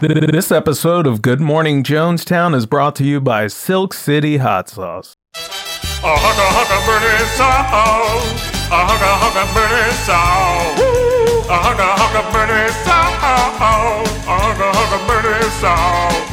This episode of Good Morning Jonestown is brought to you by Silk City Hot Sauce. A hugga hugga burning soul. A hugga hugga burning soul. A hugga hugga burning soul. A hugga hugga burning soul.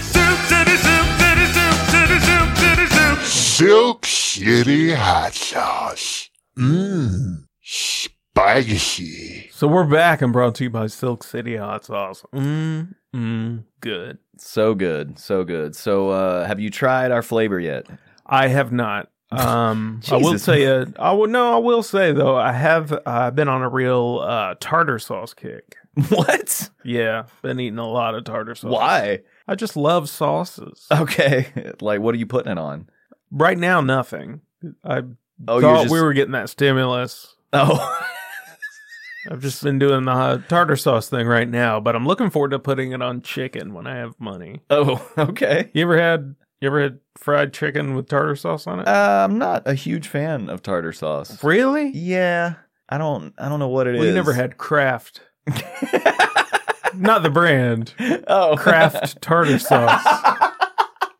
Soup city, soup city, soup city, soup city, soup. Silk City hot sauce. Mmm. Spicy. So we're back and brought to you by Silk City Hot Sauce. Mmm, mmm, good. So good, so good. So, uh, have you tried our flavor yet? I have not. Um, I will Jesus. tell you. I will no. I will say though, I have uh, been on a real uh, tartar sauce kick. What? Yeah, been eating a lot of tartar sauce. Why? I just love sauces. Okay, like what are you putting it on? Right now, nothing. I thought Oh, you're just we were getting that stimulus. oh, I've just been doing the uh, tartar sauce thing right now, but I'm looking forward to putting it on chicken when I have money. oh, okay. You ever had? You ever had fried chicken with tartar sauce on it? Uh, I'm not a huge fan of tartar sauce. really? Yeah, I don't. I don't know what it is. Well, you never had Kraft, not the brand. oh, Kraft tartar sauce,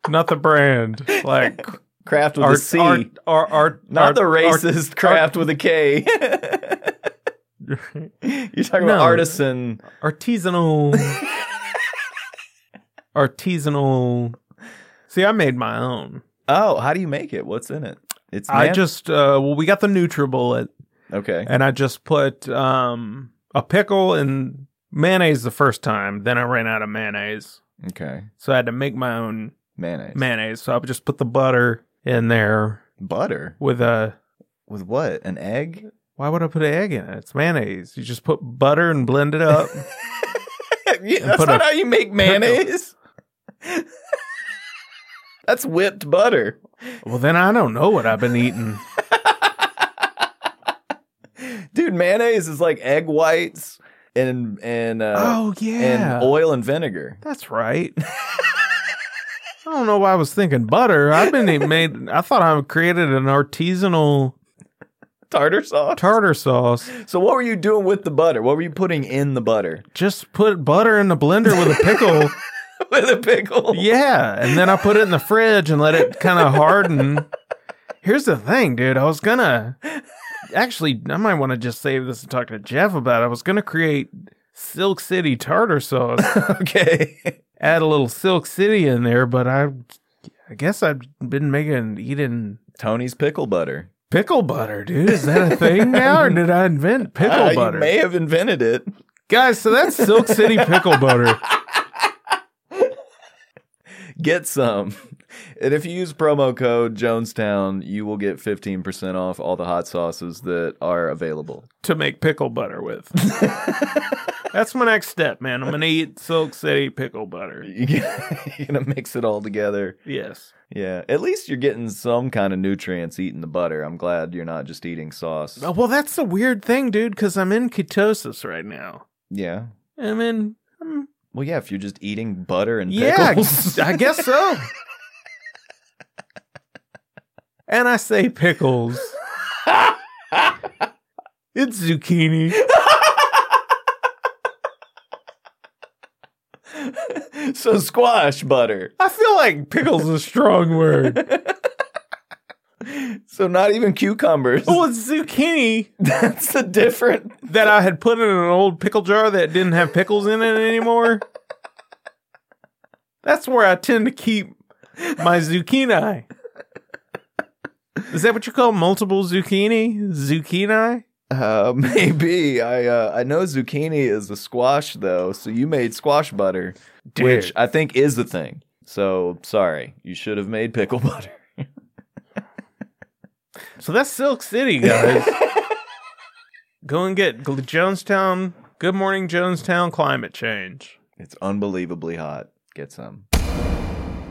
not the brand. Like Kraft with a C, art, art, not art- the art- racist Kraft with a K. You're talking No. about artisan. artisanal, artisanal. See, I made my own. Oh, how do you make it? What's in it? It's I man- just uh well we got the NutriBullet okay. and I just put um a pickle and mayonnaise the first time, then I ran out of mayonnaise. Okay, So I had to make my own mayonnaise, mayonnaise. So I just put the butter in there butter with a with what? An egg? why would I put an egg in it? It's mayonnaise. You just put butter and blend it up. Yeah, that's put not a how you make mayonnaise. that's whipped butter. well then I don't know what I've been eating. Dude, mayonnaise is like egg whites and and uh, oh yeah. and oil and vinegar. That's right. I don't know why I was thinking butter. I've been eating- made I thought I created an artisanal Tartar sauce. tartar sauce. so what were you doing with the butter? What were you putting in the butter? Just put butter in the blender with a pickle. with a pickle. yeah. And then I put it in the fridge and let it kind of harden. Here's the thing, dude. I was going to actually, I might want to just save this and talk to Jeff about it. I was going to create Silk City tartar sauce, Okay. add a little Silk City in there, but I, I guess I've been making, eating Tony's pickle butter. pickle butter, dude. Is that a thing now or did I invent pickle Ah, butter? You may have invented it. Guys, so that's Silk City pickle butter. Get some. And if you use promo code Jonestown, you will get 15% off all the hot sauces that are available. to make pickle butter with. That's my next step, man. I'm gonna eat Silk City pickle butter. You're going to mix it all together. Yes. Yeah. At least you're getting some kind of nutrients eating the butter. I'm glad you're not just eating sauce. Oh, well, that's the weird thing, dude, because I'm in ketosis right now. Yeah. I'm in. I'm, Well, yeah, if you're just eating butter and yeah, pickles. I guess so. and I say pickles. it's zucchini. so squash butter. I feel like pickles is a strong word. So not even cucumbers. Well, it's zucchini That's a different. that I had put in an old pickle jar that didn't have pickles in it anymore. That's where I tend to keep my zucchini. Is that what you call multiple zucchini? Zucchini? Uh, maybe I uh, I know zucchini is a squash though, so you made squash butter, Dude. which I think is a thing. So sorry, you should have made pickle butter. So that's Silk City, guys. Go and get Gl- Jonestown. Good morning, Jonestown. Climate change. It's unbelievably hot. Get some.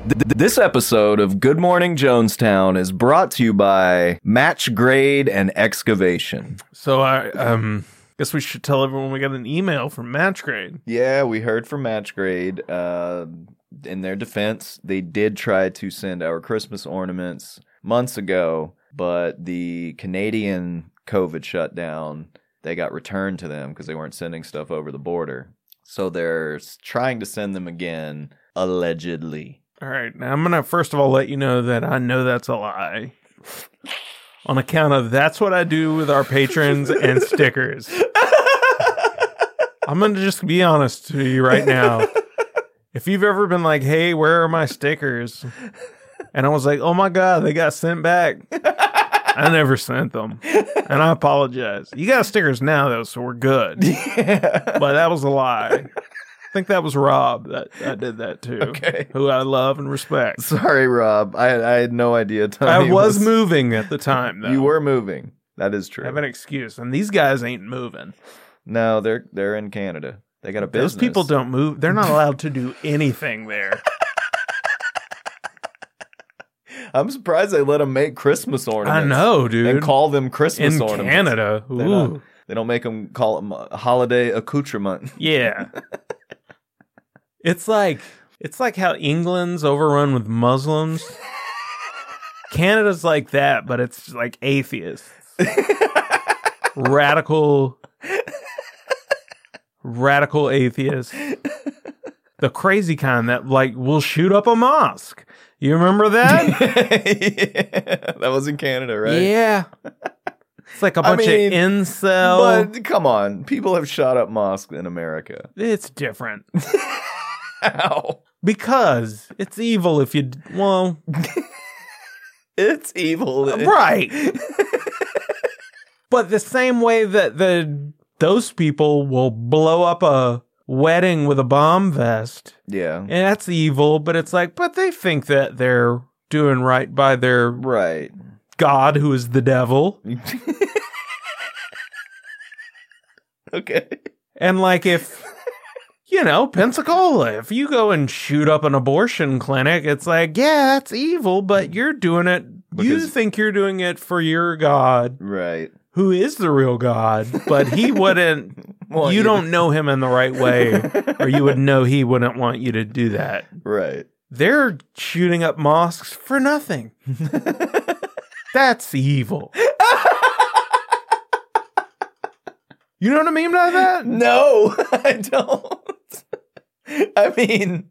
This episode of Good Morning Jonestown is brought to you by Match Grade and Excavation. So I um guess we should tell everyone we got an email from Match Grade. Yeah, we heard from Match Grade. Uh, in their defense, they did try to send our Christmas ornaments months ago, but the Canadian COVID shutdown, they got returned to them because they weren't sending stuff over the border. So they're s- trying to send them again, allegedly. All right. Now I'm going to first of all let you know that I know that's a lie. On account of that's what I do with our patrons and stickers. I'm going to just be honest to you right now. If you've ever been like, hey, where are my stickers? And I was like, oh my God, they got sent back. I never sent them. And I apologize. You got stickers now, though, so we're good. yeah. But that was a lie. I think that was Rob that, that did that too, Okay. who I love and respect. Sorry, Rob. I, I had no idea. Tony I was moving at the time, though. You were moving. That is true. I have an excuse, and these guys ain't moving. No, they're they're in Canada. They got a business. Those people don't move. They're not allowed to do anything there. I'm surprised they let them make Christmas ornaments. I know, dude. And call them Christmas in ornaments. Canada, They're not- Ooh. They don't make them call them holiday accoutrement. yeah, it's like it's like how England's overrun with Muslims. Canada's like that, but it's like atheists, radical, radical atheists. The crazy kind that like will shoot up a mosque. You remember that? that was in Canada, right? Yeah. It's like a I bunch mean, of incel. But come on, people have shot up mosques in America. it's different Ow. because it's evil if you d- well It's evil. Uh, right. but the same way that the those people will blow up a wedding with a bomb vest, Yeah. and that's evil. But it's like, but they think that they're doing right by their Right. god, who is the devil. okay. And like if you know, Pensacola, if you go and shoot up an abortion clinic, it's like, yeah, that's evil, but you're doing it you Because- think you're doing it for your god, Right. who is the real god, but he wouldn't Well, you don't know him in the right way or you would know he wouldn't want you to do that. right. They're shooting up mosques for nothing. That's evil. You know what I mean by that? no, I don't. I mean,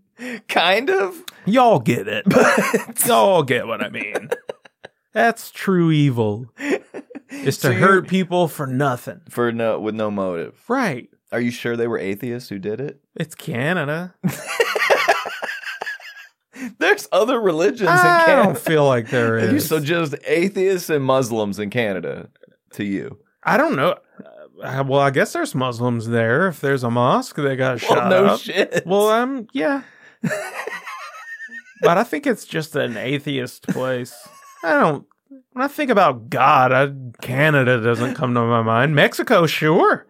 kind of, Y'all get it. but Y'all get what I mean. That's true evil. Is So to you- hurt people for nothing. for no with no motive. Right. Are you sure they were atheists who did it? It's Canada. There's other religions I in don't Canada. feel like there You is. so just atheists and Muslims in Canada to you. I don't know. Uh, well, I guess there's Muslims there. If there's a mosque, they got shot well, no up. shit. Well, um, yeah. but I think it's just an atheist place. I don't. When I think about God, I, Canada doesn't come to my mind. Mexico, sure.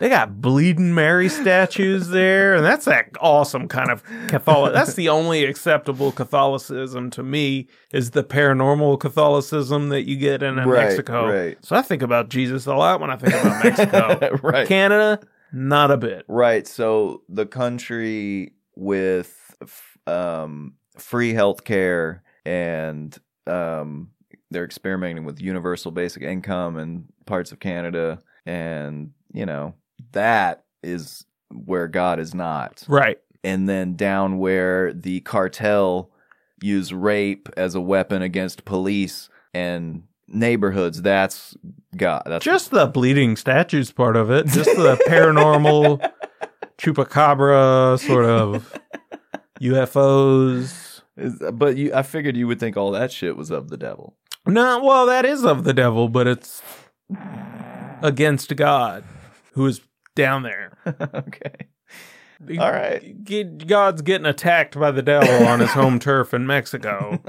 They got bleeding Mary statues there, and that's that awesome kind of Catholic. That's the only acceptable Catholicism to me is the paranormal Catholicism that you get in uh, Right, Mexico. right. So I think about Jesus a lot when I think about Mexico. right. Canada, not a bit. Right. So the country with f- um, free health care and um, they're experimenting with universal basic income in parts of Canada. And, you know, that is where God is not. Right. And then down where the cartel use rape as a weapon against police and neighborhoods, that's God. That's just the bleeding statues part of it, just the paranormal chupacabra sort of UFOs. Is- But you, I figured you would think all that shit was of the devil. No, well, that is of the devil, but it's against God, who is down there. okay. All right. G- God's getting attacked by the devil on his home turf in Mexico.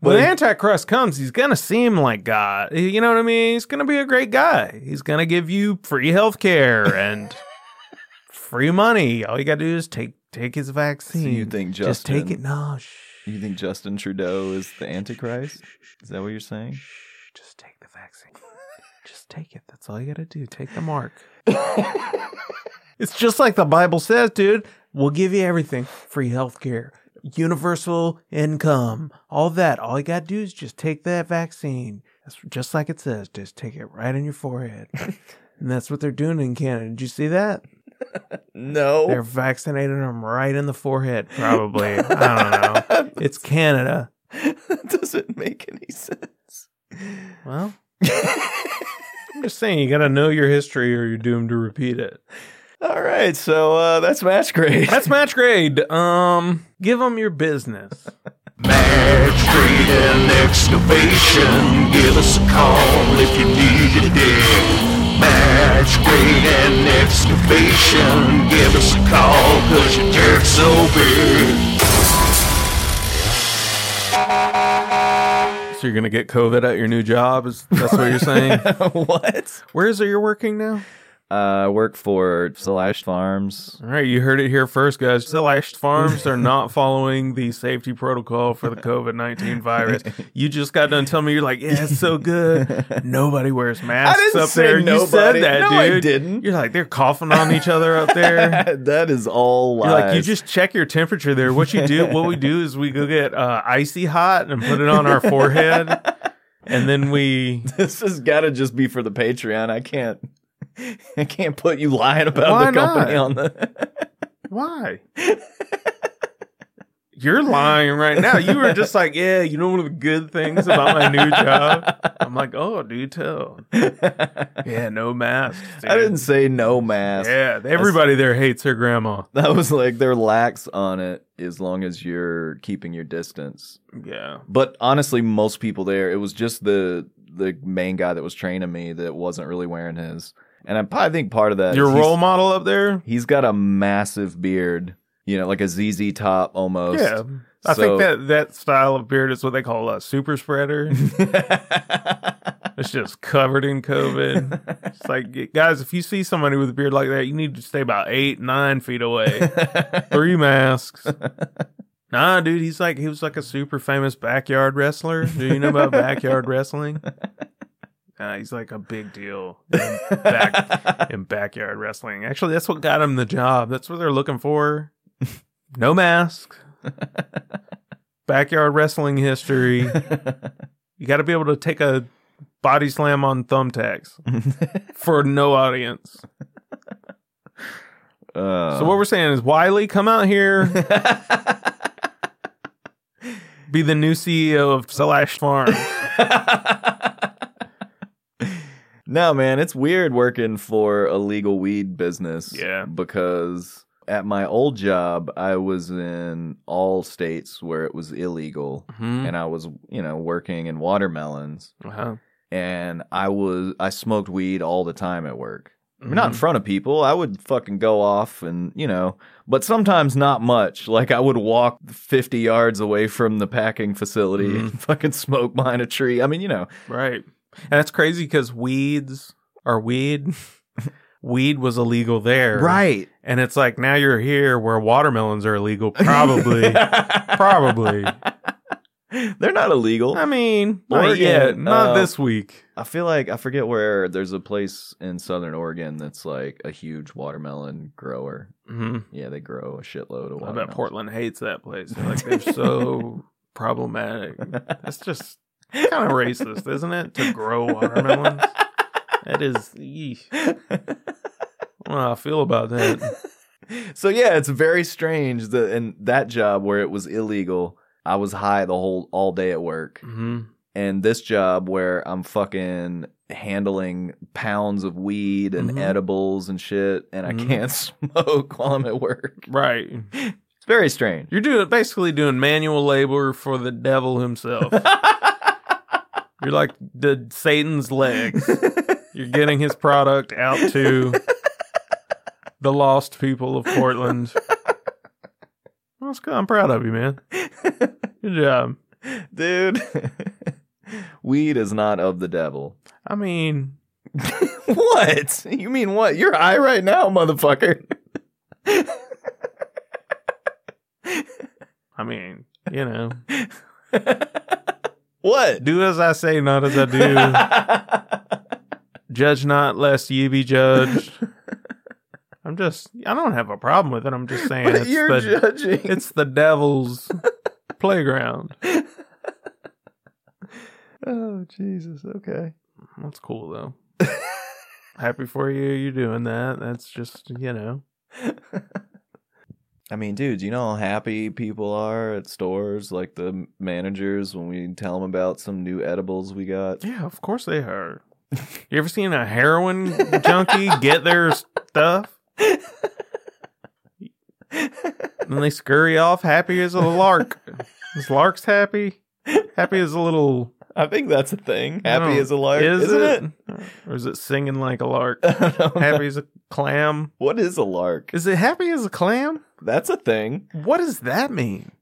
When the Antichrist comes, he's gonna seem like God. You know what I mean? He's gonna be a great guy. He's gonna give you free health care and free money. All you gotta do is take take his So vaccine. you think Justin? Just take it. No, shh. You think Justin Trudeau is the Antichrist? Is that what you're saying? Shh. Just take the vaccine. Just take it. That's all you gotta do. Take the mark. It's just like the Bible says, dude. We'll give you everything free healthcare, universal income, all that. All you got to do is just take that vaccine. That's just like it says. Just take it right in your forehead. And that's what they're doing in Canada. Did you see that? No. They're vaccinating them right in the forehead, probably. I don't know. It's Canada. that doesn't make any sense. Well, I'm just saying, you got to know your history or you're doomed to repeat it. All right, so uh, that's match grade. That's match grade. Um, give them your business. Match trade and excavation. Give us a call if you need a dig. Match grade and excavation. Give us a call cause your dirt's so big. So you're gonna get COVID at your new job? Is that's what you're saying? what? Where is it you're working now? Uh, I work for Slash Farms. All right, you heard it here first, guys. Celeste Farms are not following the safety protocol for the COVID nineteen virus. You just got done telling me you're like, yeah, it's so good. Nobody wears masks up there. You said that, no, dude. I didn't. You're like they're coughing on each other up there. that is all lies. You're like you just check your temperature there. What you do, what we do is we go get uh, icy hot and put it on our forehead, and then we this has got to just be for the Patreon. I can't. I can't put you lying about Why the company not? on the. Why? You're lying right now. You were just like, yeah, you know one of the good things about my new job? I'm like, oh, do tell. Yeah, no masks. I dude. didn't say no mask. Yeah, everybody there hates her grandma. That was like their lax on it. As long as you're keeping your distance. Yeah. But honestly, most people there, it was just the the main guy that was training me that wasn't really wearing his. And I, p- I think part of that Your is role he's- model up there? he's got a massive beard, you know, like a ZZ top almost. Yeah. I So- think that that style of beard is what they call a super spreader. it's just covered in COVID. It's like, guys, if you see somebody with a beard like that, you need to stay about eight, nine feet away. three masks. Nah, dude, he's like he was like a super famous backyard wrestler. Do you know about backyard wrestling? Nah, he's like a big deal in, back, in backyard wrestling. Actually, that's what got him the job. That's what they're looking for. No mask. Backyard wrestling history. You got to be able to take a body slam on thumbtacks for no audience. Uh, So what we're saying is, Wiley, come out here. be the new CEO of Slash Farm. no, man, it's weird working for a legal weed business. Yeah. Because at my old job, I was in all states where it was illegal. Mhm. And I was, you know, working in watermelons. Uh-huh. And I was, I smoked weed all the time at work. I mean, not in Mhm. front of people. I would fucking go off and, you know, but sometimes not much. Like I would walk 50 yards away from the packing facility Mhm. and fucking smoke behind a tree. I mean, you know, Mm-hmm. right. And that's crazy because weeds are weed. weed was illegal there, right. And it's like now you're here where watermelons are illegal, probably, probably. They're not illegal. I mean, not Oregon, yet, not uh, this week. I feel like I forget where there's a place in Southern Oregon that's like a huge watermelon grower. Mhm. Yeah, they grow a shitload of I watermelon. bet Portland hates that place. They're like they're so problematic. That's just kind of racist, isn't it? To grow watermelons. That is, yeesh. I don't know how I feel about that. so yeah, it's very strange that in that job where it was illegal, I was high the whole all day at work, hmm and this job where I'm fucking handling pounds of weed and Mhm. edibles and shit, and I Mhm. can't smoke while I'm at work. Right. It's very strange. You're doing basically doing manual labor for the devil himself. You're like the Satan's legs. You're getting his product out to the lost people of Portland. That's good. I'm proud of you, man. Good job. Dude, weed is not of the devil. I mean, What? You mean what? You're high right now, motherfucker. I mean, you know, What? do as I say, not as I do. Judge not, lest ye be judged. I'm just, I don't have a problem with it. I'm just saying but it's you're the, judging. it's the devil's playground. oh Jesus. Okay. That's cool though. Happy for you. You're doing that. That's just you know. I mean, dude, you know how happy people are at stores, like the managers, when we tell them about some new edibles we got. Yeah, of course they are. You ever seen a heroin junkie get their stuff? And they scurry off happy as a lark. Is lark's happy? Happy as a little. I think that's a thing. I Happy don't- as a lark, is isn't it? it? Or is it singing like a lark? I don't know. Happy as a clam. What is a lark? Is it happy as a clam? That's a thing. What does that mean?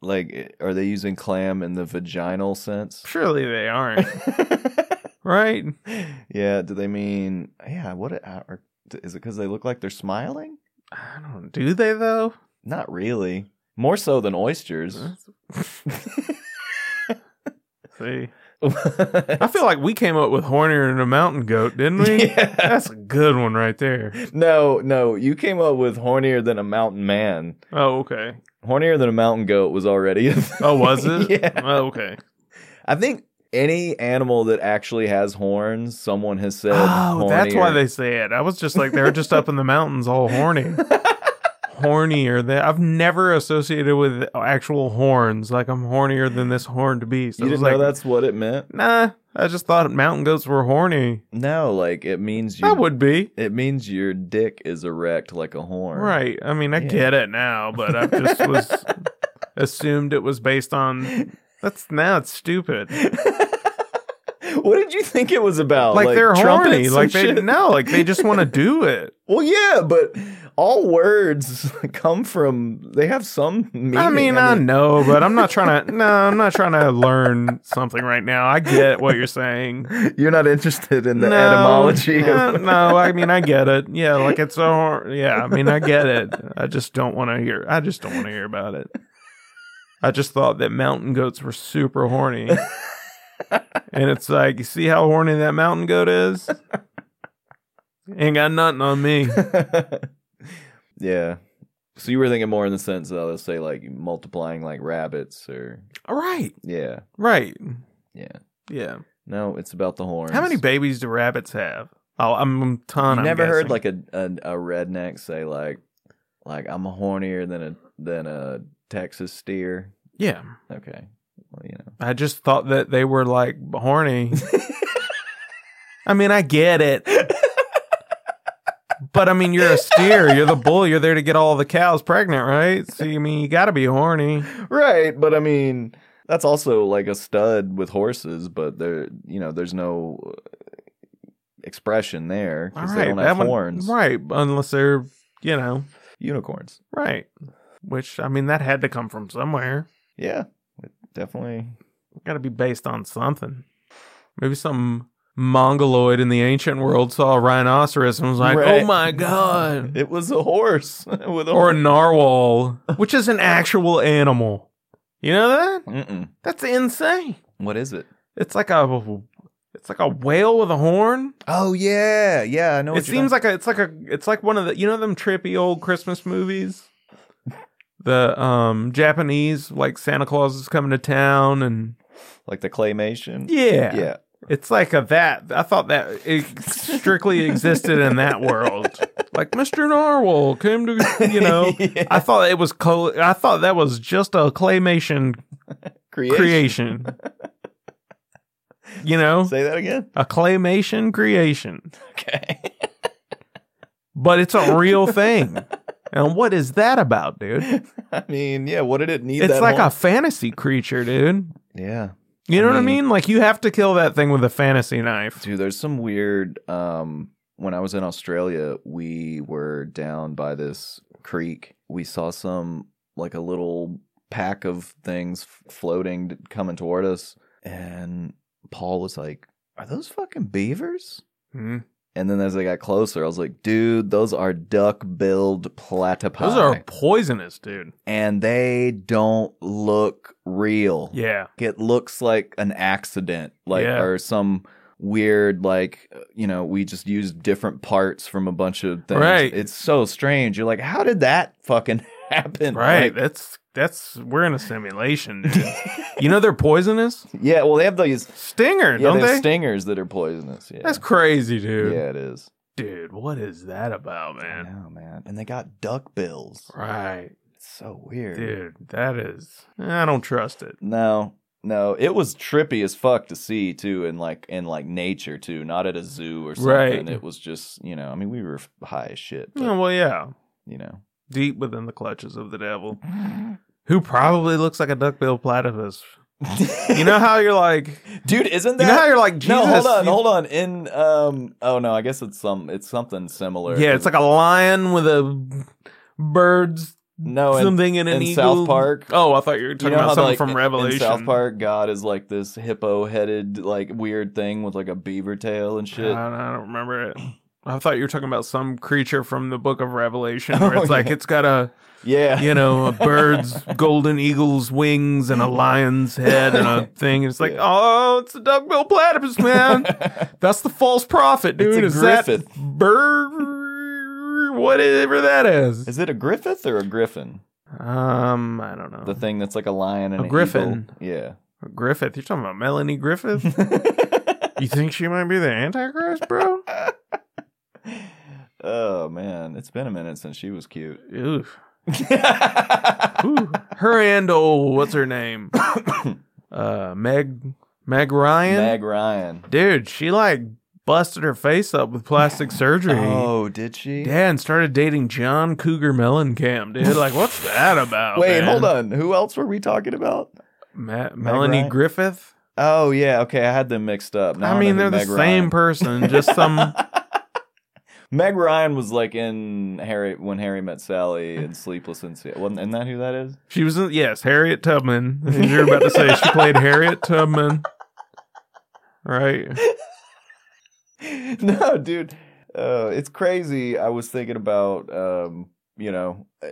Like, are they using clam in the vaginal sense? Surely they aren't, right? yeah. Do they mean? Yeah. What are, is it? Because they look like they're smiling? I don't. Do they though? Not really. More so than oysters. See, I I feel like we came up with hornier than a mountain goat, didn't we? Yeah. That's a good one right there. No, no. You came up with hornier than a mountain man. Oh, okay. Hornier than a mountain goat was already. a thing. Oh, was it? yeah. Oh, okay. I think any animal that actually has horns, someone has said. Oh, that's why hornier. they say it. I was just like, they're just up in the mountains, all horny, hornier. Than, I've never associated with actual horns. Like I'm hornier than this horned beast. You I was didn't like, know that's what it meant. Nah, I just thought mountain goats were horny. No, like it means you. I would be. It means your dick is erect like a horn. Right. I mean, I Yeah. get it now, but I just was assumed it was based on. That's now it's stupid. what did you think it was about? Like, they're Oh, trumpets horny. and Like they shit? no. Like they just want to do it. Well, yeah, but all words come from. They have some meaning. I mean, I know, but I'm not trying to. No, I'm not trying to learn something right now. I get what you're saying. you're not interested in the no, etymology. No, of, no, I mean, I get it. Yeah, like it's a. hor- Yeah, I mean, I get it. I just don't want to hear. I just don't want to hear about it. I just thought that mountain goats were super horny, and it's like, you see how horny that mountain goat is. Ain't got nothing on me. yeah. So you were thinking more in the sense of let's say like multiplying like rabbits or All right, yeah right, yeah. yeah. No, it's about the horns. How many babies do rabbits have? Oh, I'm a You ton. I'm never heard guessing. like a, a a redneck say like like I'm hornier than a than a Texas steer. yeah. Okay, well you know. I just thought that they were like horny. I mean, I get it. But I mean, you're a steer. You're the bull. You're there to get all the cows pregnant, right? So you mean you got to be horny? Right, but I mean that's also like a stud with horses, but there you know there's no uh, expression there All because right, they don't that have one- horns. right? Unless they're, you know, Unicorns. right. Which I mean, that had to come from somewhere. Yeah, it definitely. Got to be based on something. Maybe some mongoloid in the ancient world saw a rhinoceros and was like, Right. "Oh my god!" It was a horse with a Or a horn. narwhal, which is an actual animal. You know that? Mm-mm. That's insane. What is it? It's like a it's like a whale with a horn. Oh yeah, yeah. I know. it seems like a it's like a it's like one of the you know them trippy old Christmas movies. The um Japanese like Santa Claus is coming to town and like the claymation. yeah. yeah. It's like a that I thought that it strictly existed in that world. Like Mr. Narwhal came to you know Yeah. I thought it was co- I thought that was just a claymation creation. creation. you know? Say that again. a claymation creation, Okay. but it's a real thing. and what is that about, dude? I mean, yeah. What did it need? it's that like a horn? fantasy creature, dude. yeah, You know I what I mean- mean? Like you have to kill that thing with a fantasy knife. Mm-hmm. dude. There's some weird. Um, when I was in Australia, we were down by this creek. We saw some like a little pack of things f- floating t- coming toward us, and Paul was like, "Are those fucking beavers?" Mhm. And then as I got closer, I was like, "Dude, those are duck-billed platypi." Those are poisonous, dude. and they don't look real. Yeah. It looks like an accident, like Yeah. or some weird, like you know, we just used different parts from a bunch of things. Right. It's so strange. You're like, how did that fucking happen? Right. Like, That's that's we're in a simulation, dude. you know they're poisonous? yeah. Well, they have these. Stinger, Yeah, don't they have they? stingers that are poisonous. Yeah. that's crazy, dude. yeah, it is. Dude, what is that about, I man? know, man. And they got duck bills. Right. It's so weird. Dude, that is. I don't trust it. No, no, it was trippy as fuck to see too, and like in like nature too, not at a zoo or something. Right. It was just you know, I mean, we were high as shit, but, Oh, well, yeah. you know, Deep within the clutches of the devil, who probably looks like a duckbill platypus. You know how you're like, dude, isn't you know how that? you're like, Jesus. no, hold on, you- hold on. In um, oh no, I guess it's some, it's something similar. Yeah, it's like a lion with a bird's no, Oh, in, something in an in eagle. South Park. Oh, I thought you were talking you know about how something like, from in- Revelation. in South Park, God is like this hippo-headed, like weird thing with like a beaver tail and I shit. don't, I don't remember it. I thought you were talking about some creature from the Book of Revelation, Oh, where it's like yeah. it's got a yeah, you know a bird's golden eagle's wings and a lion's head and a thing. It's like Yeah. oh, it's a duckbill platypus, man. That's the false prophet, It's dude. a is griffith. that bird? Whatever that is. is it a Griffith or a Griffin? Um, I don't know. The thing that's like a lion and A an griffin. eagle. Yeah. Griffith. You're talking about Melanie Griffith. you think she might be the Antichrist, bro? oh man, it's been a minute since she was cute. Ooh. Ooh. Her and old what's her name? uh, Meg Meg Ryan. Meg Ryan. Dude, she like busted her face up with plastic surgery. Oh, did she? Yeah, and started dating John Cougar Mellencamp, dude. Like, what's that about? Wait, Oh, man? hold on. Who else were we talking about? Ma- Ryan? Melanie Griffith. Oh yeah, okay, I had them mixed up. Now I mean, know they're who the Meg same Ryan- person, just some. Meg Ryan was like in Harry when Harry met Sally and Sleepless in Seattle. Wasn't isn't that who that is? She was in, yes, Harriet Tubman. You're about to say she played Harriet Tubman, right? no, dude. Uh, it's crazy. I was thinking about, um, you know, uh,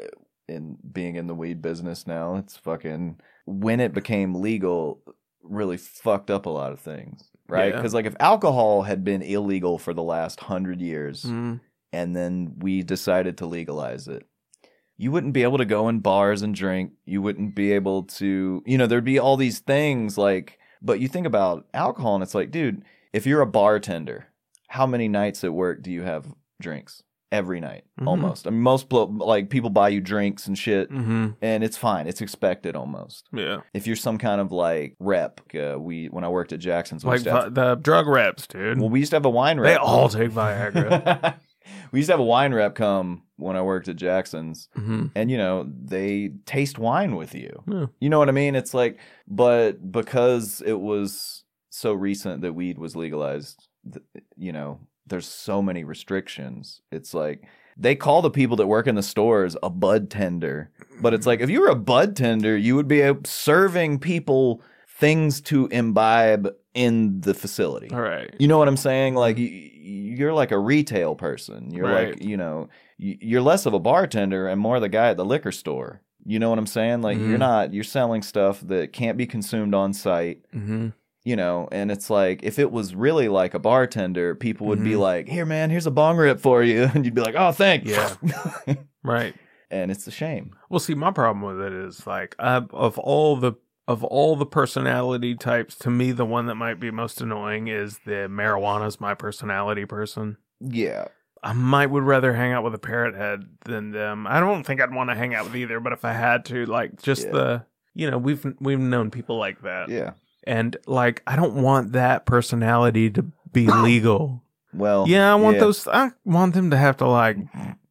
in being in the weed business now. It's fucking when it became legal, really fucked up a lot of things, right? Yeah. Because like if alcohol had been illegal for the last hundred years, Mm. and then we decided to legalize it. You wouldn't be able to go in bars and drink. You wouldn't be able to, you know, there'd be all these things like, but you think about alcohol and it's like, dude, if you're a bartender, how many nights at work do you have drinks? Every night, Mhm. almost. I mean, most pl- like people buy you drinks and shit, Mm-hmm. and it's fine. It's expected almost. Yeah, If you're some kind of like rep, uh, we when I worked at Jackson's, we like used to have- vi- the drug reps, dude. well, we used to have a wine rep. they all take Viagra. we used to have a wine rep come when I worked at Jackson's, mm-hmm. and you know they taste wine with you. Yeah. You know what I mean? It's like, but because it was so recent that weed was legalized, th- you know, there's so many restrictions. It's like they call the people that work in the stores a bud tender, but it's like if you were a bud tender, you would be out serving people things to imbibe in the facility. All right. You know what I'm saying? Like y- you're like a retail person. You're like Right. you know y- you're less of a bartender and more the guy at the liquor store. You know what I'm saying? Like you're Mhm. not you're selling stuff that can't be consumed on site. Mm-hmm. You know, and it's like if it was really like a bartender, people would be Mhm. like, "Here, man, here's a bong rip for you," and you'd be like, "Oh, thank Yeah. Right. and it's a shame. Well, see, my problem with it is like I, of all the of all the personality types, to me, the one that might be most annoying is the marijuana's my personality person. Yeah. I might would rather hang out with a parrot head than them. I don't think I'd want to hang out with either, but if I had to, like just Yeah. the you know, we've we've known people like that. Yeah. And like I don't want that personality to be legal. Well. yeah, I want Oh, yeah. those I want them to have to like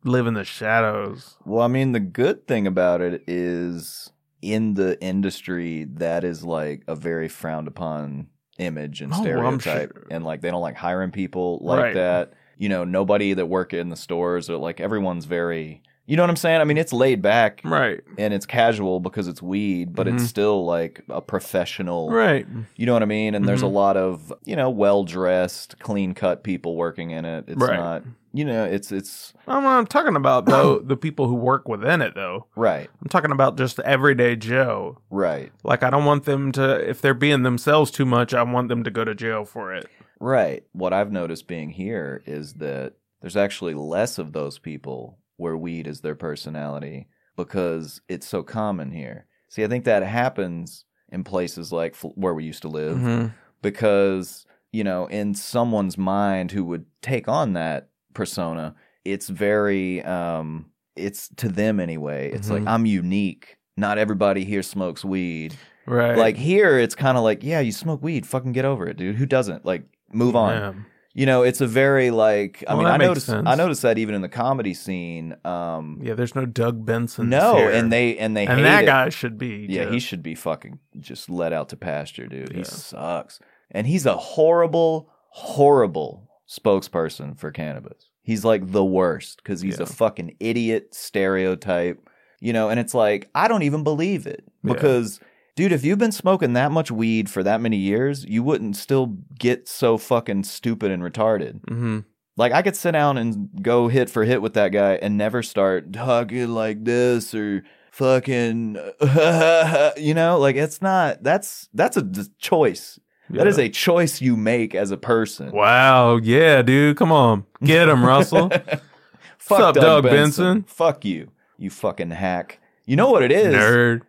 live in the shadows. Well, I mean, the good thing about it is in the industry, that is like a very frowned upon image and Oh, I'm stereotype. sure. And like, they don't like hiring people like Right. that. You know, nobody that work in the stores or like everyone's very, you know what I'm saying? I mean, it's laid back Right. and it's casual because it's weed, but it's Mhm. still like a professional, Right. you know what I mean? And there's a Mhm. lot of, you know, well dressed, clean cut people working in it. It's Right. not, you know, it's, it's I'm, I'm talking about though the people who work within it though. right, I'm talking about just the everyday Joe. right. Like I don't want them to if they're being themselves too much, I want them to go to jail for it. Right. What I've noticed being here is that there's actually less of those people where weed is their personality because it's so common here. See, I think that happens in places like Fl- where we used to live Mm-hmm. because, you know, in someone's mind who would take on that persona. It's very um it's to them anyway. It's Mhm. like I'm unique. Not everybody here smokes weed. Right. Like here it's kind of like, yeah, you smoke weed, fucking get over it, dude. Who doesn't? Like move on. Yeah. You know, it's a very like I Well, mean, that I makes noticed sense. I noticed that even in the comedy scene um Yeah, there's no Doug Benson. no, and they and they and hate that it. guy should be. Yeah, dead. he should be fucking just let out to pasture, dude. Yeah. He sucks. And he's a horrible, horrible spokesperson for cannabis. He's like the worst because he's Yeah. a fucking idiot stereotype, you know. And it's like, I don't even believe it Yeah. because, dude, if you've been smoking that much weed for that many years, you wouldn't still get so fucking stupid and retarded. Mhm. Like I could sit down and go hit for hit with that guy and never start talking like this or fucking you know, like it's not that's that's a d- choice. That Yeah. is a choice you make as a person. Wow. Yeah, dude. Come on. Get him, Russell. Fuck up, Doug Benson? Fuck you. You fucking hack. You know what it is? Nerd.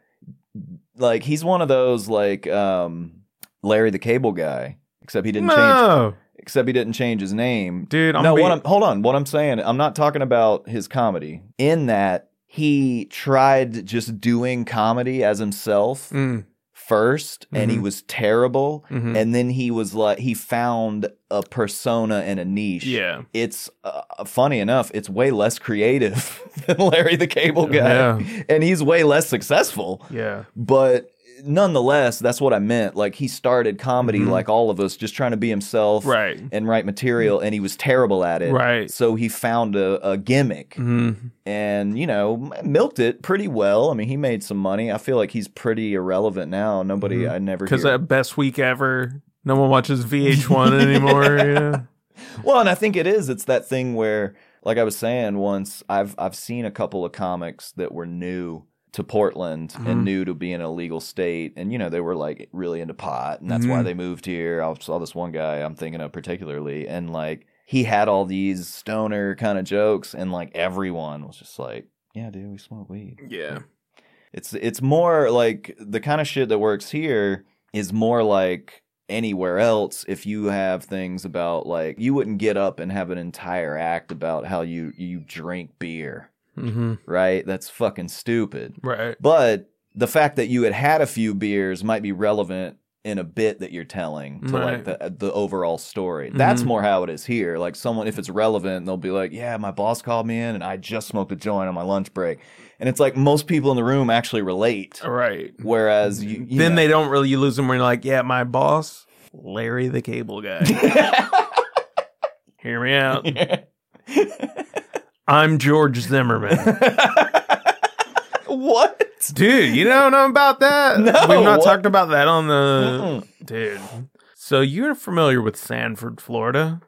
Like he's one of those like um Larry the Cable guy, except he didn't change No. except he didn't change his name. Dude, I'm no, be- what I'm, hold on. What I'm saying, I'm not talking about his comedy. In that he tried just doing comedy as himself Mm, 1st and he Mhm. was terrible. mhm. And then he was like, he found a persona and a niche. yeah. It's uh, funny enough, it's way less creative than Larry the Cable Guy. Yeah. And he's way less successful Yeah. but nonetheless that's what i meant like he started comedy Mhm. like all of us just trying to be himself Right. and write material and he was terrible at it Right. so he found a, a gimmick Mhm. and you know m- milked it pretty well i mean he made some money i feel like he's pretty irrelevant now nobody Mhm. i never Because hear- that best week ever. No one watches VH1 anymore. Yeah. well and i think it is it's that thing where like i was saying once i've i've seen a couple of comics that were new to portland Mhm. and new to being in a legal state and you know they were like really into pot and that's why Mhm. they moved here i saw this one guy i'm thinking of particularly and like he had all these stoner kind of jokes and like everyone was just like yeah dude we smoke weed Yeah. it's it's more like the kind of shit that works here is more like anywhere else if you have things about like you wouldn't get up and have an entire act about how you you drink beer, hmm right? That's fucking stupid. Right. But the fact that you had had a few beers might be relevant in a bit that you're telling to like Right. the uh, the overall story. That's Mhm. more how it is here. Like someone if it's relevant, they'll be like, "Yeah, my boss called me in and I just smoked a joint on my lunch break." And it's like most people in the room actually relate. Right. Whereas you, you then know- they don't really you lose them when you're like, yeah, my boss, Larry the Cable Guy. Hear me out. I'm George Zimmerman. what? Dude, you don't know about that? No, We've not what? talked about that on the. Mm-mm. Dude. So you're familiar with Sanford, Florida?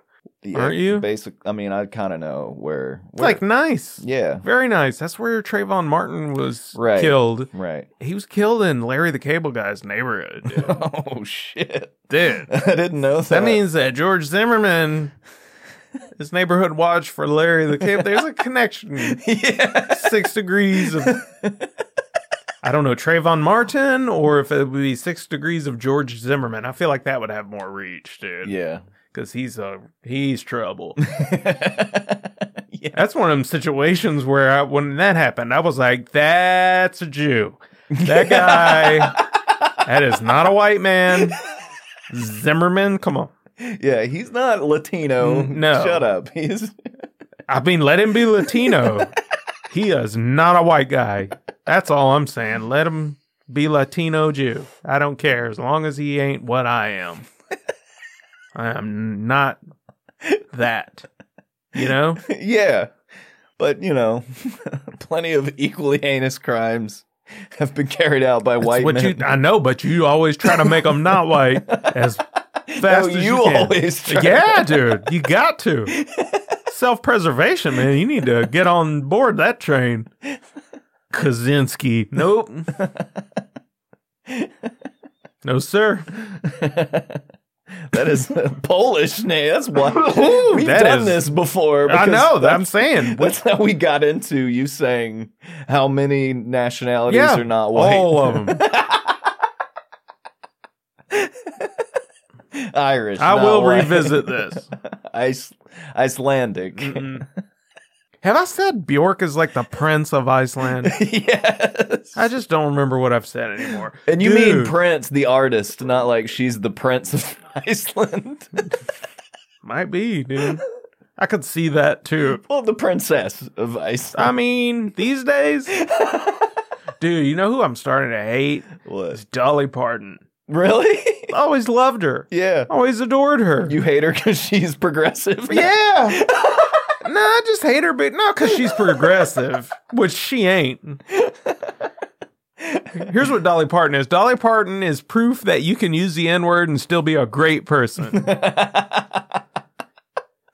Yeah, Aren't you? Basic. I mean, I kind of know where. It's where- like nice. yeah, Very nice. That's where Trayvon Martin was Right. killed. right. He was killed in Larry the Cable Guy's neighborhood. Dude. Oh shit! dude. I didn't know that. That means that George Zimmerman is neighborhood watch for Larry the Cable. There's a connection. yeah. Six degrees of I don't know, Trayvon Martin, or if it would be six degrees of George Zimmerman. I feel like that would have more reach, dude. Yeah. Because he's a he's trouble. yeah. That's one of them situations where I, when that happened, I was like, that's a Jew. That guy, that is not a white man. Zimmerman, come on. Yeah. He's not Latino. Mm, no. Shut up. He's I mean, let him be Latino. he is not a white guy. That's all I'm saying. Let him be Latino Jew. I don't care as long as he ain't what I am. I am not that. You know? yeah. But, you know, plenty of equally heinous crimes have been carried out by That's white what men. you I know, but you always try to make them not white as fast No, as you you can. always try. Yeah, dude. You got to. Self-preservation, man. You need to get on board that train. Kaczynski. Nope. No, sir. that is a Polish name. That's why Ooh, we've that done is- this before. I because know. That I'm That's, saying. that's how we got into you saying how many nationalities Yeah, are not white. All of them. Irish. I not will white. revisit Mm-hmm. this. Ice, Icelandic. Mm-mm. Have I said Bjork is like the prince of Iceland? yes. I just don't remember what I've said anymore. and you mean Dude. Prince, the artist, not like she's the prince of Iceland. Might be, dude. I could see that too. well, the princess of I Iceland. mean, these days, dude, you know who I'm starting to hate? what? It's Dolly Parton. Really? I always loved her. yeah. Always adored her. You hate her because she's progressive. yeah. no, I just hate her, but not because she's progressive, which she ain't. Here's what Dolly Parton is Dolly Parton is proof that you can use the N word and still be a great person.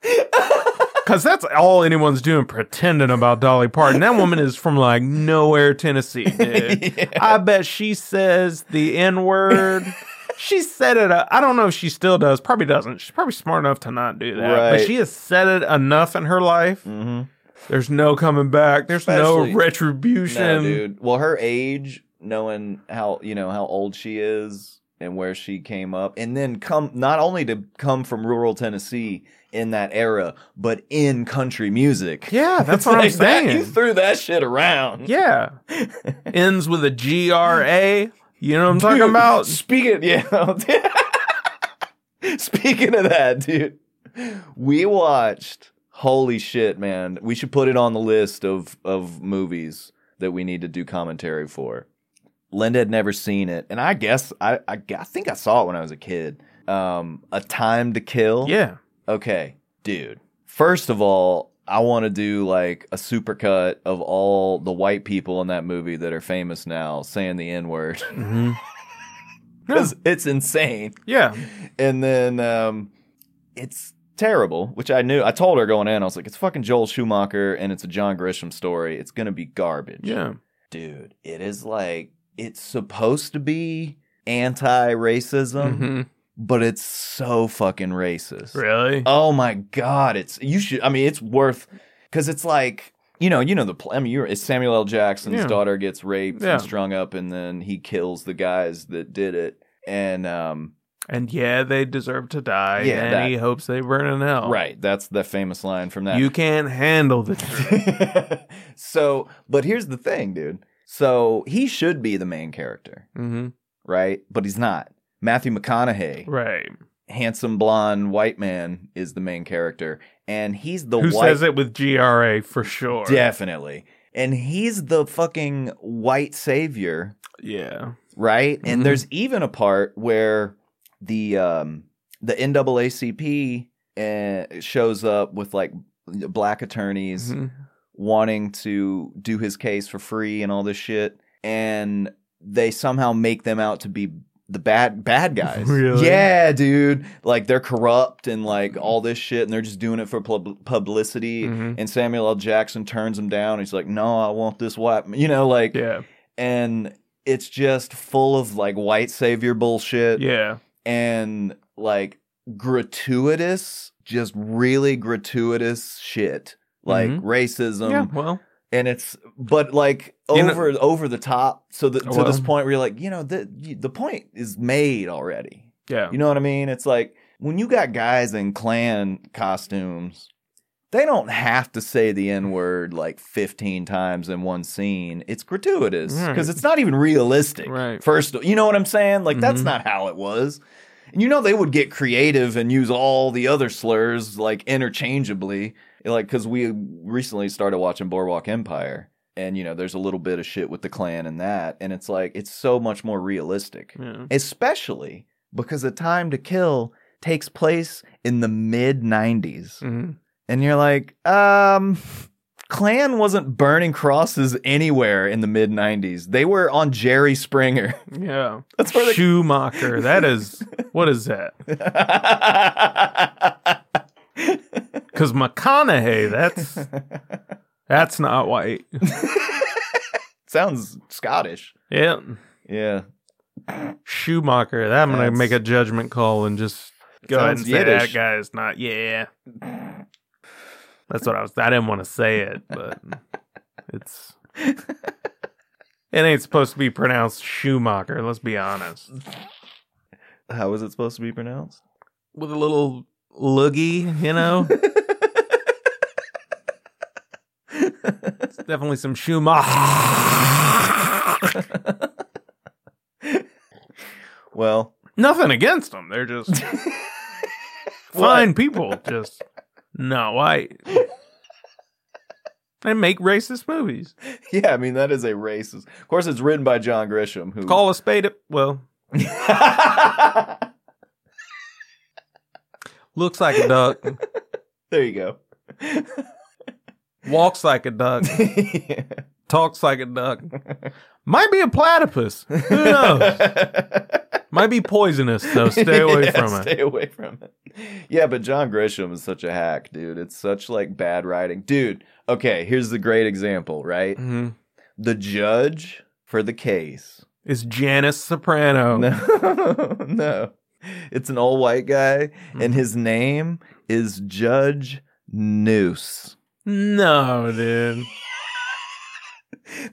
Because that's all anyone's doing pretending about Dolly Parton. That woman is from like nowhere, Tennessee, dude. I bet she says the N word. she said it. uh, I don't know if she still does. Probably doesn't. She's probably smart enough to not do that. Right. But she has said it enough in her life. Mm-hmm. There's no coming back. There's Especially- no retribution. No, dude. Well, her age, knowing how you know how old she is and where she came up, and then come not only to come from rural Tennessee in that era, but in country music. Yeah, that's what I'm Like that- saying. you threw that shit around. yeah. Ends with a G R A. You know what I'm talking Dude, about? Speaking, yeah. Speaking of that, dude, we watched. Holy shit, man! We should put it on the list of of movies that we need to do commentary for. Linda had never seen it, and I guess I I, I think I saw it when I was a kid. Um, A Time to Kill. Yeah. Okay, dude. First of all, I want to do like a supercut of all the white people in that movie that are famous now saying the N word. Mhm. Because it's insane. Yeah. And then um, it's terrible, which I knew. I told her going in, I was like, it's fucking Joel Schumacher and it's a John Grisham story. It's going to be garbage. Yeah. Dude, it is like, it's supposed to be anti racism, hmm but it's so fucking racist. Really? Oh my god, it's you should. I mean, it's worth because it's like you know, you know the. pl- I mean, you're, it's Samuel L. Jackson's Yeah. daughter gets raped Yeah. and strung up, and then he kills the guys that did it. And um, And yeah, they deserve to die. Yeah, and that- he hopes they burn in hell. right, that's the famous line from that. Oh. You can't handle the truth. so, but here's the thing, dude. So he should be the main character, hmm right? But he's not. Matthew McConaughey, Right. handsome blonde white man, is the main character, and he's the Who white says it with GRA for sure? Definitely. And he's the fucking white savior, Yeah. right? And Mhm. there's even a part where the um the NAACP uh, shows up with like black attorneys Mhm. wanting to do his case for free and all this shit and they somehow make them out to be the bad bad guys. Really? Yeah, dude. Like they're corrupt and like all this shit and they're just doing it for pub- publicity Mhm. and Samuel L. Jackson turns him down. He's like, "No, I want this white," m-" you know, like, Yeah. and it's just full of like white savior bullshit Yeah. and like gratuitous, just really gratuitous shit, like Mhm. racism, yeah. Well, and it's but like You know- over over the top. So that to this Well- point, where you're like, you know, the the point is made already. yeah. You know what I mean? It's like when you got guys in clan costumes, they don't have to say the N word like 15 times in one scene. It's gratuitous Right. because it's not even realistic. Right. First, you know what I'm saying? Like, that's Mhm. not how it was. And you know, they would get creative and use all the other slurs like interchangeably. Like, because we recently started watching Boardwalk Empire. And, you know, there's a little bit of shit with the clan and that. And it's like, it's so much more realistic Yeah. especially because A Time to Kill takes place in the mid 90s. Mhm. And you're like, um, Klan wasn't burning crosses anywhere in the mid 90s. They were on Jerry Springer. Yeah. That's where they. Schumacher. That is what is that? Because McConaughey. That's that's not white. Sounds Scottish. Yeah. Yeah. Schumacher. That I'm gonna That's- make a judgment call and just go ahead and Sounds say that Yiddish. guy is not. Yeah. That's what I was. I didn't want to say it, but it's. It ain't supposed to be pronounced Schumacher. Let's be honest. How is it supposed to be pronounced? with a little loogie, you know? It's definitely some Schumacher. well, Nothing against them. They're just fine people, just not white. They make racist movies. yeah, I mean that is a racist. Of course, it's written by John Grisham. Who Call a spade a well, looks like a duck, there you go. walks like a duck, Yeah. talks like a duck. Might be a platypus. Who knows? Might be poisonous, though. Stay away Yeah, from it. Stay away from it. Yeah, but John Grisham is such a hack, dude. It's such like bad writing, dude. Okay, here's the great example, right? Mhm. The judge for the case. It's Janice Soprano. No, no, it's an all white guy, and his name is Judge Noose. No, dude.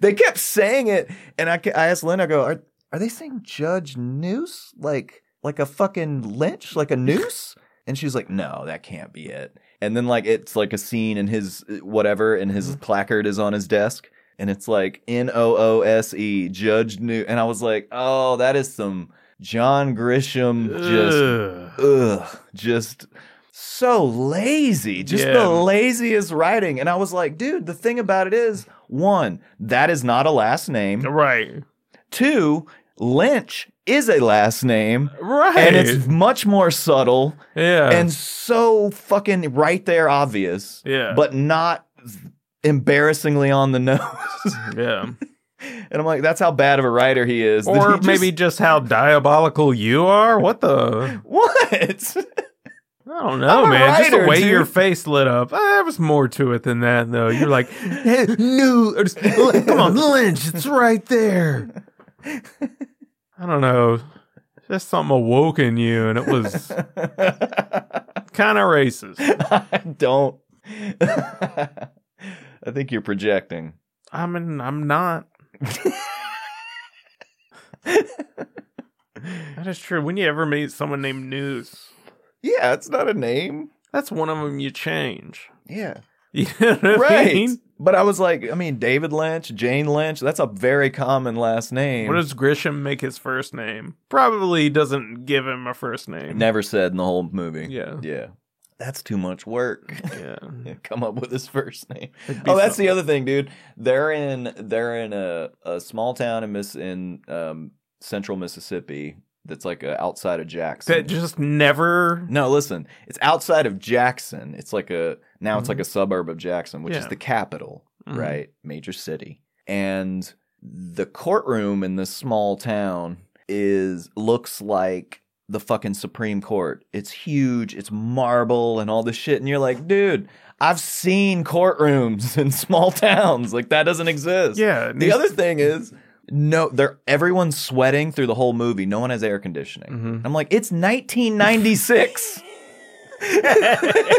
they kept saying it, and I, ca- I asked Lynn, I go, are, are they saying Judge Noose? Like, like a fucking lynch? Like a noose? And she's like, no, that can't be it. And then, like, it's like a scene in his whatever, and his placard is on his desk, and it's like N O O S E, Judge Noose. And I was like, oh, that is some John Grisham just Ugh. ugh, just so lazy, just Yeah. the laziest writing. And I was like, dude, the thing about it is, one, that is not a last name. Right. Two, Lynch is a last name, Right. and it's much more subtle yeah. and so fucking right there obvious, yeah. but not embarrassingly on the nose. yeah. and I'm like, that's how bad of a writer he is. that Or he just- maybe just how diabolical you are. What the? what? I don't know, I'm a man. just the writer, way your dude. face lit up. Ah, there was more to it than that, though. You're like, "Eh, no, or just, come on, Lynch. It's right there. I don't know. Just something awoke in you, and it was kind of racist. I don't. I think you're projecting. I mean, I'm not. That is true. When you ever meet someone named News, Yeah, it's not a name. that's one of them you change. Yeah. You know what I Right. mean? But I was like, I mean, David Lynch, Jane Lynch, that's a very common last name. What does Grisham make his first name? Probably doesn't give him a first name. Never said in the whole movie. Yeah. Yeah. That's too much work. Yeah. Come up with his first name. It'd be Oh, that's some- the other thing, dude. They're in they're in a, a small town in Miss in um, central Mississippi that's like uh, outside of Jackson. that just never. No, listen. It's outside of Jackson. It's like a now it's Mhm. like a suburb of Jackson, which is Yeah. the capital, Mhm. right? Major city. And the courtroom in this small town is looks like the fucking Supreme Court. It's huge, it's marble and all this shit and you're like, "Dude, I've seen courtrooms in small towns. Like that doesn't exist." Yeah. it The needs- other thing is no, they're everyone's sweating through the whole movie. No one has air conditioning. Mhm. I'm like, it's 1996.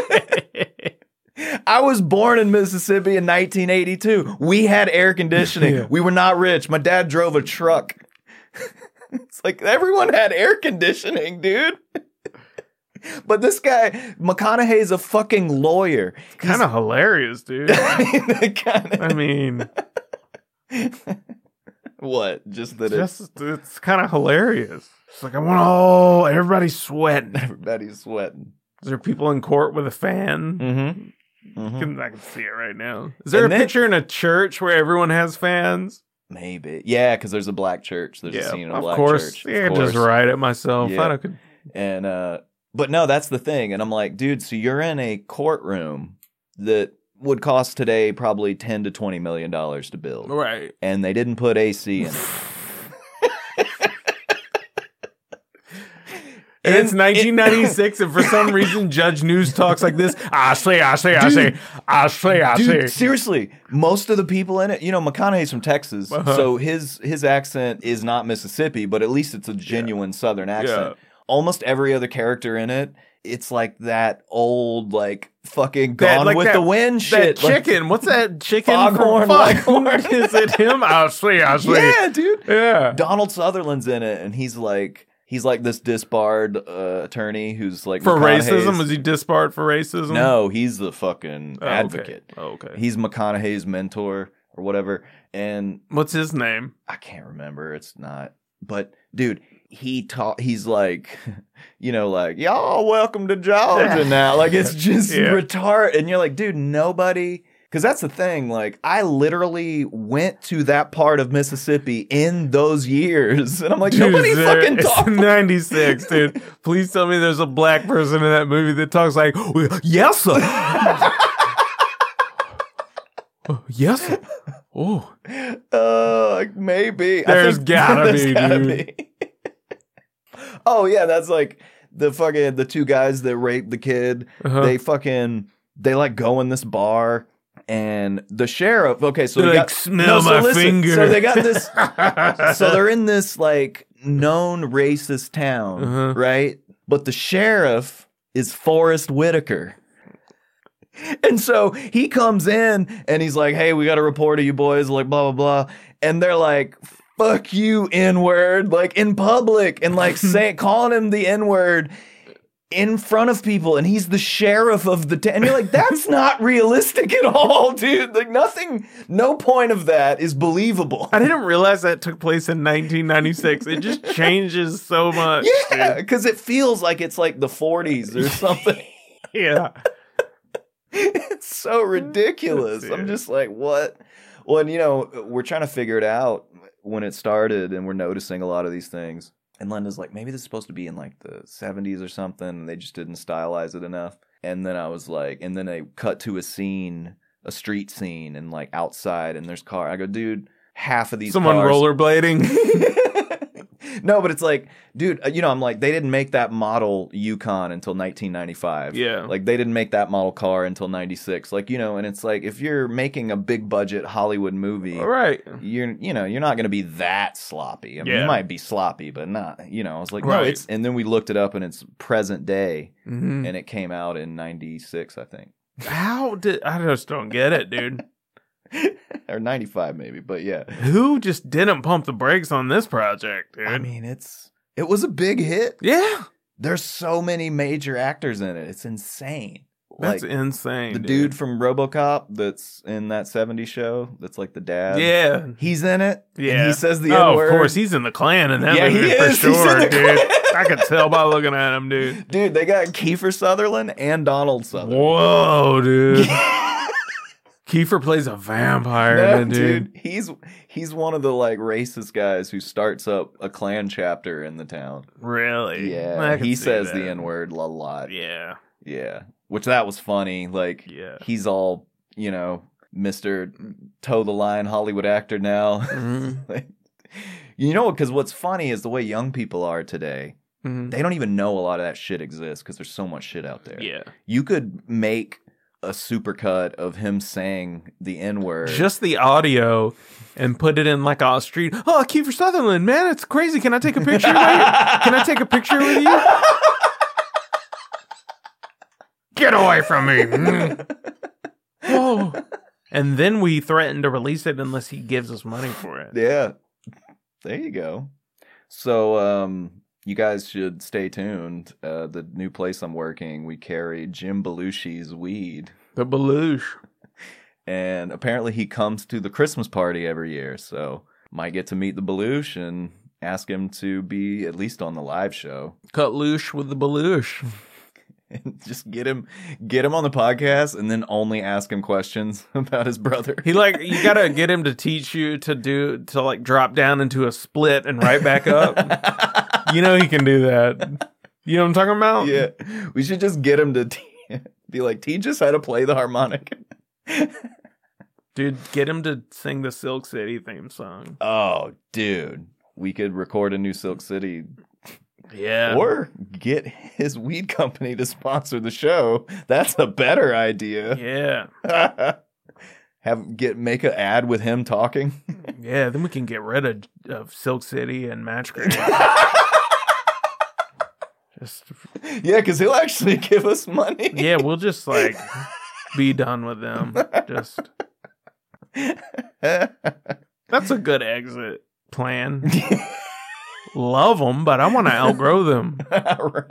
I was born in Mississippi in 1982. We had air conditioning. Yeah. We were not rich. My dad drove a truck. it's like everyone had air conditioning, dude. but this guy, McConaughey's a fucking lawyer. Kind of hilarious, dude. kind I mean, of. What? Just that it's just it's kind of hilarious. It's like I want all everybody's sweating. Is everybody's sweating. there people in court with a fan? Mm-hmm. I can- I can see it right now. Is there And a then- picture in a church where everyone has fans? Maybe. Yeah, because there's a black church. There's a scene in a of black course. church. Yeah, just write it myself. Yeah. I don't. could- And uh but no, that's the thing. And I'm like, dude, so you're in a courtroom that would cost today probably ten to twenty million dollars to build. Right. And they didn't put AC in it. And it's In- 1996, and for some reason, Judge News talks like this. I say, I say, I say, Dude. I say, I Dude, say. seriously, most of the people in it, you know, McConaughey's from Texas, Uh-huh. so his his accent is not Mississippi, but at least it's a genuine Southern accent. Almost every other character in it, it's like that old, like fucking That- Gone like with that- the Wind That shit. like- chicken, what's that chicken? Foghorn from- Leghorn. Is it him? I say, I say. yeah, dude. Yeah. Donald Sutherland's in it, and he's like, He's like this disbarred uh, attorney who's like for racism? McConaughey's- Was he disbarred for racism? No, he's the fucking Oh, okay. advocate. Oh, okay. He's McConaughey's mentor or whatever, and What's his name? I can't remember. It's not. But dude, he taught. He's like, you know, like y'all welcome to Georgia now. Like it's just Yeah. retard. And you're like, dude, nobody. Because that's the thing. Like I literally went to that part of Mississippi in those years, and I'm like, nobody there- fucking it's talks. 96, dude. Please tell me there's a black person in that movie that talks like, "Well, yes, sir. Oh, yes, sir. Oh, Uh, maybe I There's gotta be, dude. be. oh yeah, that's like the fucking the two guys that raped the kid. uh-huh. They fucking they like go in this bar and the sheriff. Okay, so They're they like, got "Smell my finger." So they got this. so they're in this like known racist town, Uh-huh. right? But the sheriff is Forrest Whitaker. And so he comes in and he's like, "Hey, we got a report of you boys," like blah blah blah, and they're like, "Fuck you, n word," like in public, and like say calling him the n word in front of people, and he's the sheriff of the town. and you're like, "That's not realistic at all, dude. Like nothing, no point of that is believable." I didn't realize that took place in 1996. It just changes so much. Yeah, because it feels like it's like the 40s or something. Yeah. it's so ridiculous. I'm Dude. just like, what? Well, and you know, we're trying to figure it out when it started, and we're noticing a lot of these things. And Linda's like, maybe this is supposed to be in like the 70s or something, and they just didn't stylize it enough. And then I was like, and then they cut to a scene, a street scene, and like outside, and there's car. I go, dude, half of these Someone cars- rollerblading. no, but it's like, dude, uh, you know, I'm like, they didn't make that model Yukon until 1995. Yeah. Like, they didn't make that model car until 96. Like, you know, and it's like, if you're making a big budget Hollywood movie, All right. you're, you know, you're not going to be that sloppy. I mean, you Yeah. might be sloppy, but not, you know, I was like, no, Right. it's, and then we looked it up and it's present day Mhm. and it came out in 96, I think, How did I just don't get it, dude? or 95 maybe, but yeah. Who just didn't pump the brakes on this project, dude? I mean, it's, it was a big hit. yeah, There's so many major actors in it. It's insane. that's like insane. the dude from RoboCop that's in that 70s show that's like the dad. yeah, He's in it. And Yeah. he says the oh, N-word. of course, he's in the clan in that Yeah, he movie for is. He's in sure, the dude. Klan. I could tell by looking at him, dude. Dude, they got Kiefer Sutherland and Donald Sutherland. Whoa, dude. Kiefer plays a vampire, No, in it, dude. dude, he's he's one of the like racist guys who starts up a Klan chapter in the town. Really? I Yeah, could he see says that. the N word a lot. Yeah, Yeah. Which that was funny. Like yeah. he's all, you know, Mr. Toe the Line Hollywood actor now. Mhm. you know, because what's funny is the way young people are today. Mhm. They don't even know a lot of that shit exists because there's so much shit out there. Yeah, You could make a supercut of him saying the N word. just the audio, and put it in like a street. Oh, Kiefer Sutherland, man, it's crazy. Can I take a picture? Wait, Can I take a picture with you? Get away from me. Mm. Whoa. And then we threaten to release it unless he gives us money for it. Yeah. There you go. So, um, you guys should stay tuned. Uh, the new place I'm working, we carry Jim Belushi's weed. The Belush. and apparently he comes to the Christmas party every year. So might get to meet the Belush and ask him to be at least on the live show Cut loose with the Belush. and just get him get him on the podcast and then only ask him questions about his brother. He like you gotta get him to teach you to do to like drop down into a split and right back up. You know he can do that. You know what I'm talking about? yeah, we should just get him to te- be like teach us how to play the harmonica. Dude, get him to sing the Silk City theme song. Oh, dude. We could record a new Silk City Yeah. or get his weed company to sponsor the show. That's a better idea. yeah. have get make an ad with him talking. Yeah, then we can get rid of, of Silk City and Match Grid. Just yeah, because he'll actually give us money. yeah, we'll just like be done with them. Just that's a good exit plan. love them, but I want to outgrow them. Right.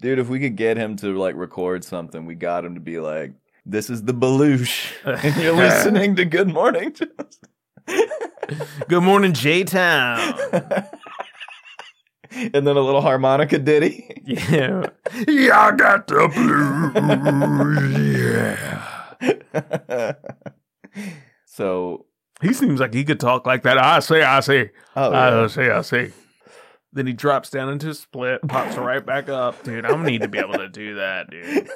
Dude, if we could get him to like record something, we got him to be like, "This is the Belush, and you're listening to Good Morning." Good morning, J Town. and then a little harmonica ditty. Yeah. Yeah, I got the blues. Yeah. so, He seems like he could talk like that. I see, I see. oh, I yeah. see, I see. Then he drops down into a split, pops right back up. Dude, I'm gonna need to be able to do that, dude.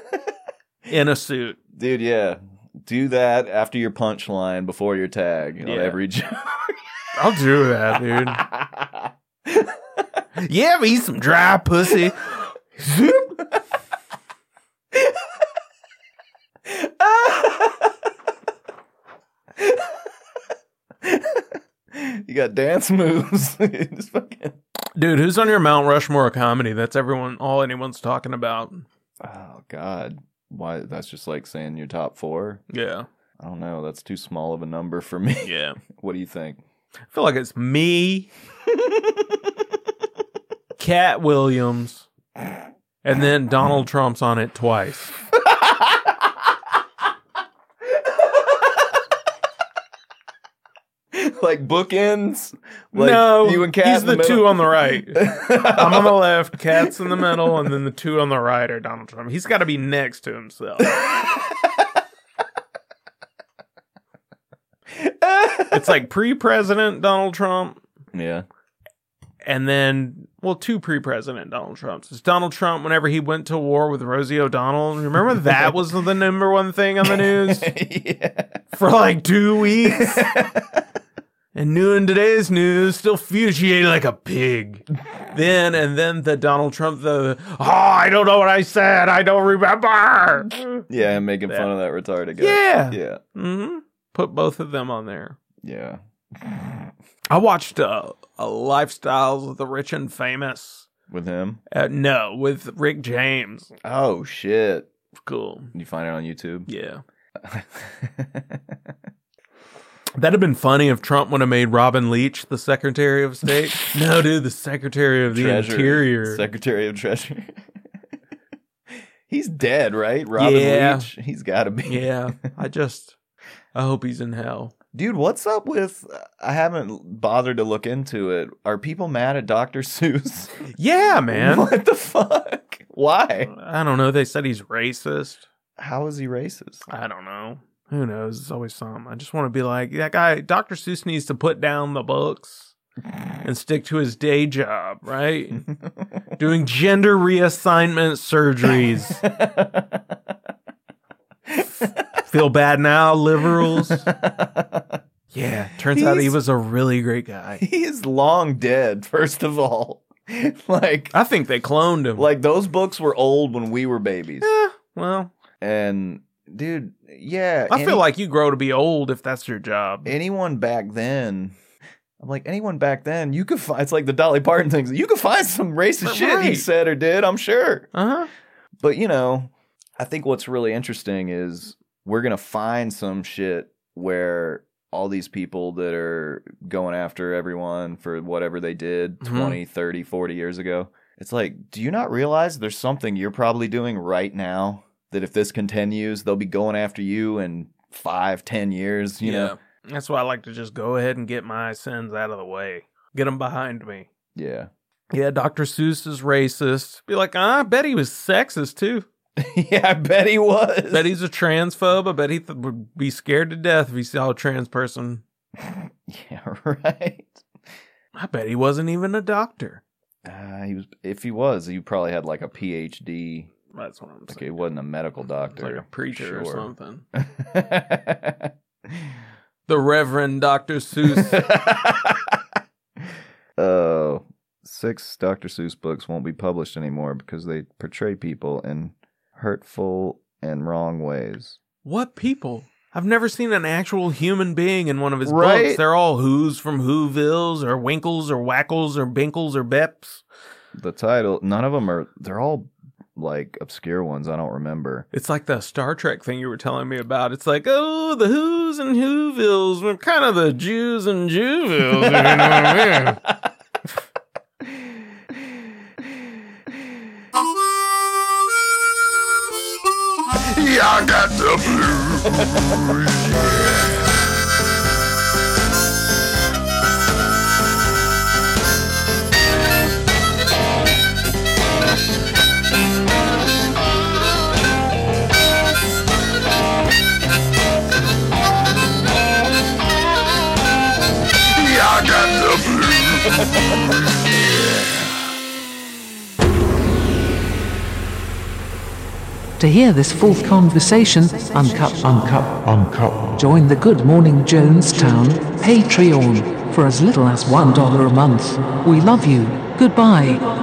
In a suit. dude, yeah, do that after your punchline, before your tag, you know, Yeah. every joke. I'll do that, dude. Yeah, but eat some dry pussy. Zoop. you got dance moves. Just fucking- Dude, who's on your Mount Rushmore of comedy? That's everyone all anyone's talking about. Oh God, why? That's just like saying your top four. Yeah. I don't know. That's too small of a number for me. Yeah. What do you think? I feel like it's me, Cat Williams, and then Donald Trump's on it twice. like bookends? no, you and Cat he's in the, two middle? on the right. I'm on the left, Cat's in the middle, and then the two on the right are Donald Trump. He's got to be next to himself. It's like pre-president Donald Trump, yeah. and then well, two pre-president Donald Trumps. It's Donald Trump whenever he went to war with Rosie O'Donnell. Remember that was the number one thing on the news yeah. for like two weeks. And new in today's news, still fugiated like a pig. Then and then the Donald Trump, the oh, I don't know what I said, I don't remember. Yeah, and making fun of that retarded guy. Yeah. Yeah. hmm Put both of them on there. Yeah. I watched uh, a Lifestyles of the Rich and Famous. With him. Uh, no, with Rick James. Oh shit. Cool. You find it on YouTube? Yeah. That'd have been funny if Trump would have made Robin Leach the Secretary of State. no, dude, the Secretary of the Treasury. Interior. Secretary of Treasury. He's dead, right? Robin Yeah. Leach. He's got to be. yeah. I just, I hope he's in hell. Dude, what's up with I haven't bothered to look into it. Are people mad at Dr. Seuss? Yeah, man. What the fuck? Why? I don't know. They said he's racist. How is he racist? I don't know. Who knows? It's always something. I just want to be like that guy. Dr. Seuss needs to put down the books and stick to his day job, right? Doing gender reassignment surgeries. Feel bad now, liberals. Yeah, turns out he He's- was a really great guy. he is long dead, first of all. like I think they cloned him. like those books were old when we were babies. Eh, well, And dude, yeah. I feel any- like you grow to be old if that's your job. anyone back then I'm like anyone back then, you could find it's like the Dolly Parton things. You could find some racist shit he Right. said or did, I'm sure. Uh huh. But you know, I think what's really interesting is we're gonna find some shit where all these people that are going after everyone for whatever they did Mhm. 20, 30, 40 years ago. It's like, do you not realize there's something you're probably doing right now that if this continues, they'll be going after you in five, ten years, you know? That's why I like to just go ahead and get my sins out of the way, get them behind me. Yeah. Yeah, Dr. Seuss is racist. Be like, ah, I bet he was sexist too. yeah, I bet he was. I bet he's a transphobe. I bet he th- would be scared to death if he saw a trans person. yeah, right. I bet he wasn't even a doctor. Uh, he was if he was, he probably had like a PhD. That's what I'm Like saying. he wasn't a medical doctor. like a preacher or sure. something. The Reverend Dr. Seuss. Oh, six Dr. Seuss books won't be published anymore because they portray people in hurtful and wrong ways. what people? I've never seen an actual human being in one of his Right? books. They're all who's from Whovilles or Winkles or Wackles or Binkles or Beps. The title, none of them are. They're all like obscure ones. I don't remember. It's like the Star Trek thing you were telling me about. It's like, oh, the Who's and Whovilles were kind of the Jews and Juvilles. you know what I I got the blues. Yeah. Yeah, I got the blues. To hear this full conversation, uncut, uncut, uncut, join the Good Morning Jonestown Patreon for as little as $1 a month. We love you. Goodbye.